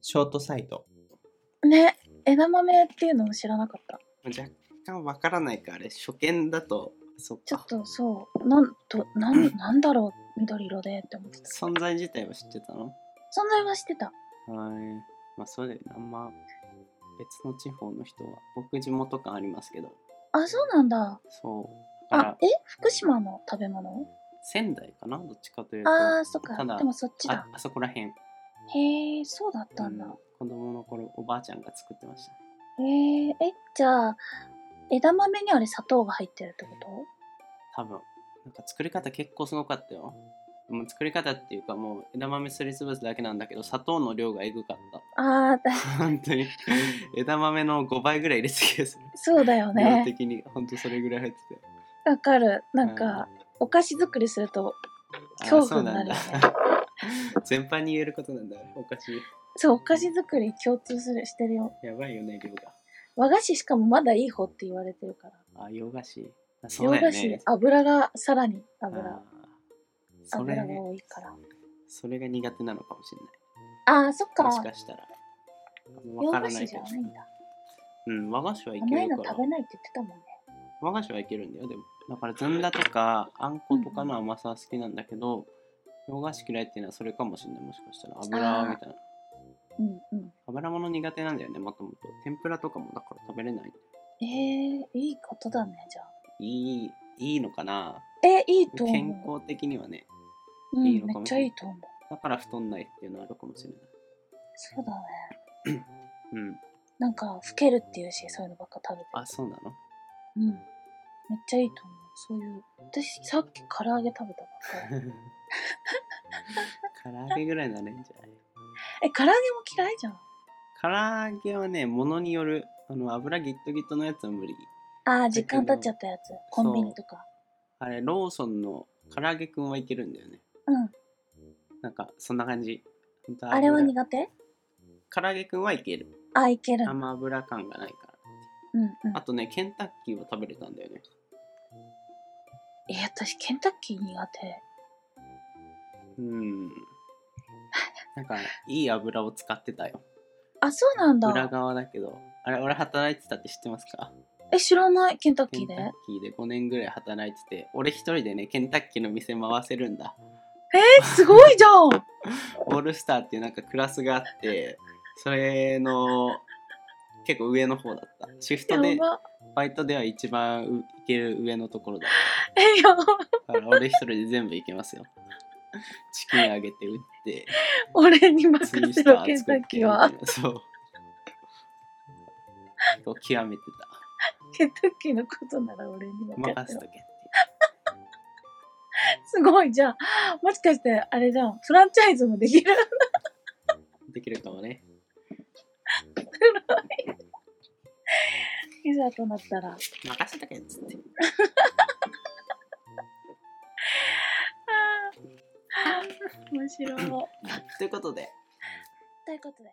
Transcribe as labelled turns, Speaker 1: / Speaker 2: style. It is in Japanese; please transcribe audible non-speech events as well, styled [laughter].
Speaker 1: ショートサイト。
Speaker 2: ね、枝豆っていうのも知らなかった。
Speaker 1: 若干わからないか、あれ、初見だと、そっ
Speaker 2: ちょっ
Speaker 1: か。
Speaker 2: とそう、なんと、なん、なんだろう、緑色でって思ってた。
Speaker 1: 存在自体は知ってたの
Speaker 2: 存在はしてた。
Speaker 1: はい。まあ、それ、あんま別の地方の人は、僕地元感ありますけど、
Speaker 2: あ、そうなんだ。
Speaker 1: そう。だか
Speaker 2: あ
Speaker 1: ら、、
Speaker 2: え福島の食べ物
Speaker 1: 仙台かなどっちかというと、
Speaker 2: あー、そっか
Speaker 1: ただ。
Speaker 2: でもそっち
Speaker 1: あ
Speaker 2: だ。
Speaker 1: あそこらへん。
Speaker 2: へえ、そうだったんだ。
Speaker 1: 子供の頃、おばあちゃんが作ってました。
Speaker 2: へえ、え、じゃあ、枝豆にあれ砂糖が入ってるってこ
Speaker 1: 多分なんか作り方結構すごかったよもう作り方っていうかもう枝豆すりつぶすだけなんだけど砂糖の量がえぐかっ
Speaker 2: とあー [laughs] だ、
Speaker 1: た [laughs] 本当に枝豆の5倍ぐらい入れすぎでする
Speaker 2: そうだよ
Speaker 1: 量
Speaker 2: ね。
Speaker 1: 的に本当それぐらい入ってて
Speaker 2: わかる。なんか、お菓子作りすると、
Speaker 1: あー
Speaker 2: 恐
Speaker 1: そう
Speaker 2: 怖に
Speaker 1: な
Speaker 2: なんるよ
Speaker 1: だ
Speaker 2: ね
Speaker 1: 全般に言えることなんだおかしい
Speaker 2: そう、お菓子作り共通する、してるよ。
Speaker 1: やばいよね量が
Speaker 2: 和菓子しかもまだいい方って言われてるから。
Speaker 1: あ洋菓子あそう
Speaker 2: 洋
Speaker 1: だよ
Speaker 2: 菓子で
Speaker 1: ね
Speaker 2: 油がさらに
Speaker 1: あー
Speaker 2: 油
Speaker 1: それ
Speaker 2: 油が多いから
Speaker 1: それが苦手なのかもしれない
Speaker 2: あーそっか
Speaker 1: もしかしたらわ
Speaker 2: 洋
Speaker 1: から
Speaker 2: 菓
Speaker 1: ない
Speaker 2: 子
Speaker 1: け
Speaker 2: じゃ
Speaker 1: ど
Speaker 2: ないんだ
Speaker 1: うん和菓子はいけ
Speaker 2: 甘い
Speaker 1: るか
Speaker 2: の
Speaker 1: ら
Speaker 2: 食べないって言ってたもんね
Speaker 1: 和菓子はいけるんだよでもだからずんだとかあんことかの甘さは好きなんだけど、洋菓子嫌いっていうのはそれかもしれないもしかしたら油みたいな
Speaker 2: うんうん
Speaker 1: 油物苦手なんだよねもともと天ぷらとかもだから食べれない
Speaker 2: えー、いいことだねじゃあ
Speaker 1: いいいいのかな
Speaker 2: えいいと思う
Speaker 1: 健康的にはね
Speaker 2: うん、
Speaker 1: いいの
Speaker 2: め
Speaker 1: か
Speaker 2: っ
Speaker 1: もし
Speaker 2: ちゃ
Speaker 1: れない
Speaker 2: いいと思う
Speaker 1: だから太んないっていうのはあるかもしれない
Speaker 2: そうだね
Speaker 1: うん
Speaker 2: なんか老けるっていうしそういうのばっか食べて
Speaker 1: あそうな
Speaker 2: [laughs]
Speaker 1: の
Speaker 2: うんめっちゃいいと思うそういう私さっき唐揚げ食べたばっかり
Speaker 1: 唐揚げぐらいならいいんじゃない
Speaker 2: え唐揚げも嫌いじゃん
Speaker 1: 唐揚げはねものによるあの油ギットギットのやつは無理
Speaker 2: あー時間経っちゃったやつコンビニとか
Speaker 1: あれローソンの唐揚げくんはいけるんだよね
Speaker 2: うん
Speaker 1: なんかそんな感じ。ほんと
Speaker 2: あれは
Speaker 1: 油
Speaker 2: 苦手
Speaker 1: 唐揚げくんはいける。
Speaker 2: あいける
Speaker 1: 甘油感がないから。
Speaker 2: うんうん
Speaker 1: あとね、ケンタッキーを食べれたんだよね。
Speaker 2: えー、私ケンタッキー苦手
Speaker 1: うん。 [laughs] なんか、いい油を使ってたよ。
Speaker 2: あそうなん
Speaker 1: 裏
Speaker 2: だ
Speaker 1: 側だけど。あれ、俺働いてたって知ってますか
Speaker 2: え知らないケンタッ
Speaker 1: ケ
Speaker 2: キー
Speaker 1: ン
Speaker 2: で
Speaker 1: タッキーで5年ぐらい働いてて、俺一人でね、ケンタッキーの店回せるんだ。
Speaker 2: えすご
Speaker 1: [laughs]
Speaker 2: いじゃん
Speaker 1: オールスターっていうなんかクラスがあって、それの結構上の方だった。シフト
Speaker 2: や
Speaker 1: で、
Speaker 2: ば
Speaker 1: バイトでは一番ういける上のところだった。
Speaker 2: えや
Speaker 1: だ
Speaker 2: ば
Speaker 1: から俺一人で全部いけますよ。チキンあげて打って、[laughs]
Speaker 2: 俺に
Speaker 1: ツイ
Speaker 2: 任せ
Speaker 1: スタ
Speaker 2: ろ
Speaker 1: ー
Speaker 2: ケンタ
Speaker 1: 作っ
Speaker 2: ッ
Speaker 1: て
Speaker 2: キ
Speaker 1: み
Speaker 2: ー
Speaker 1: た
Speaker 2: はい
Speaker 1: な。そう。こう極めて
Speaker 2: ケンタッキーのことなら俺に
Speaker 1: た。
Speaker 2: 任
Speaker 1: 任
Speaker 2: せ
Speaker 1: せ
Speaker 2: ろ
Speaker 1: とけって。
Speaker 2: すごいじゃあもしかしてあれじゃんフランチャイズもできる
Speaker 1: できるかもね。
Speaker 2: いざとなったら
Speaker 1: 任せとけっつ [laughs] って。
Speaker 2: 面白い
Speaker 1: ということで。
Speaker 2: ということで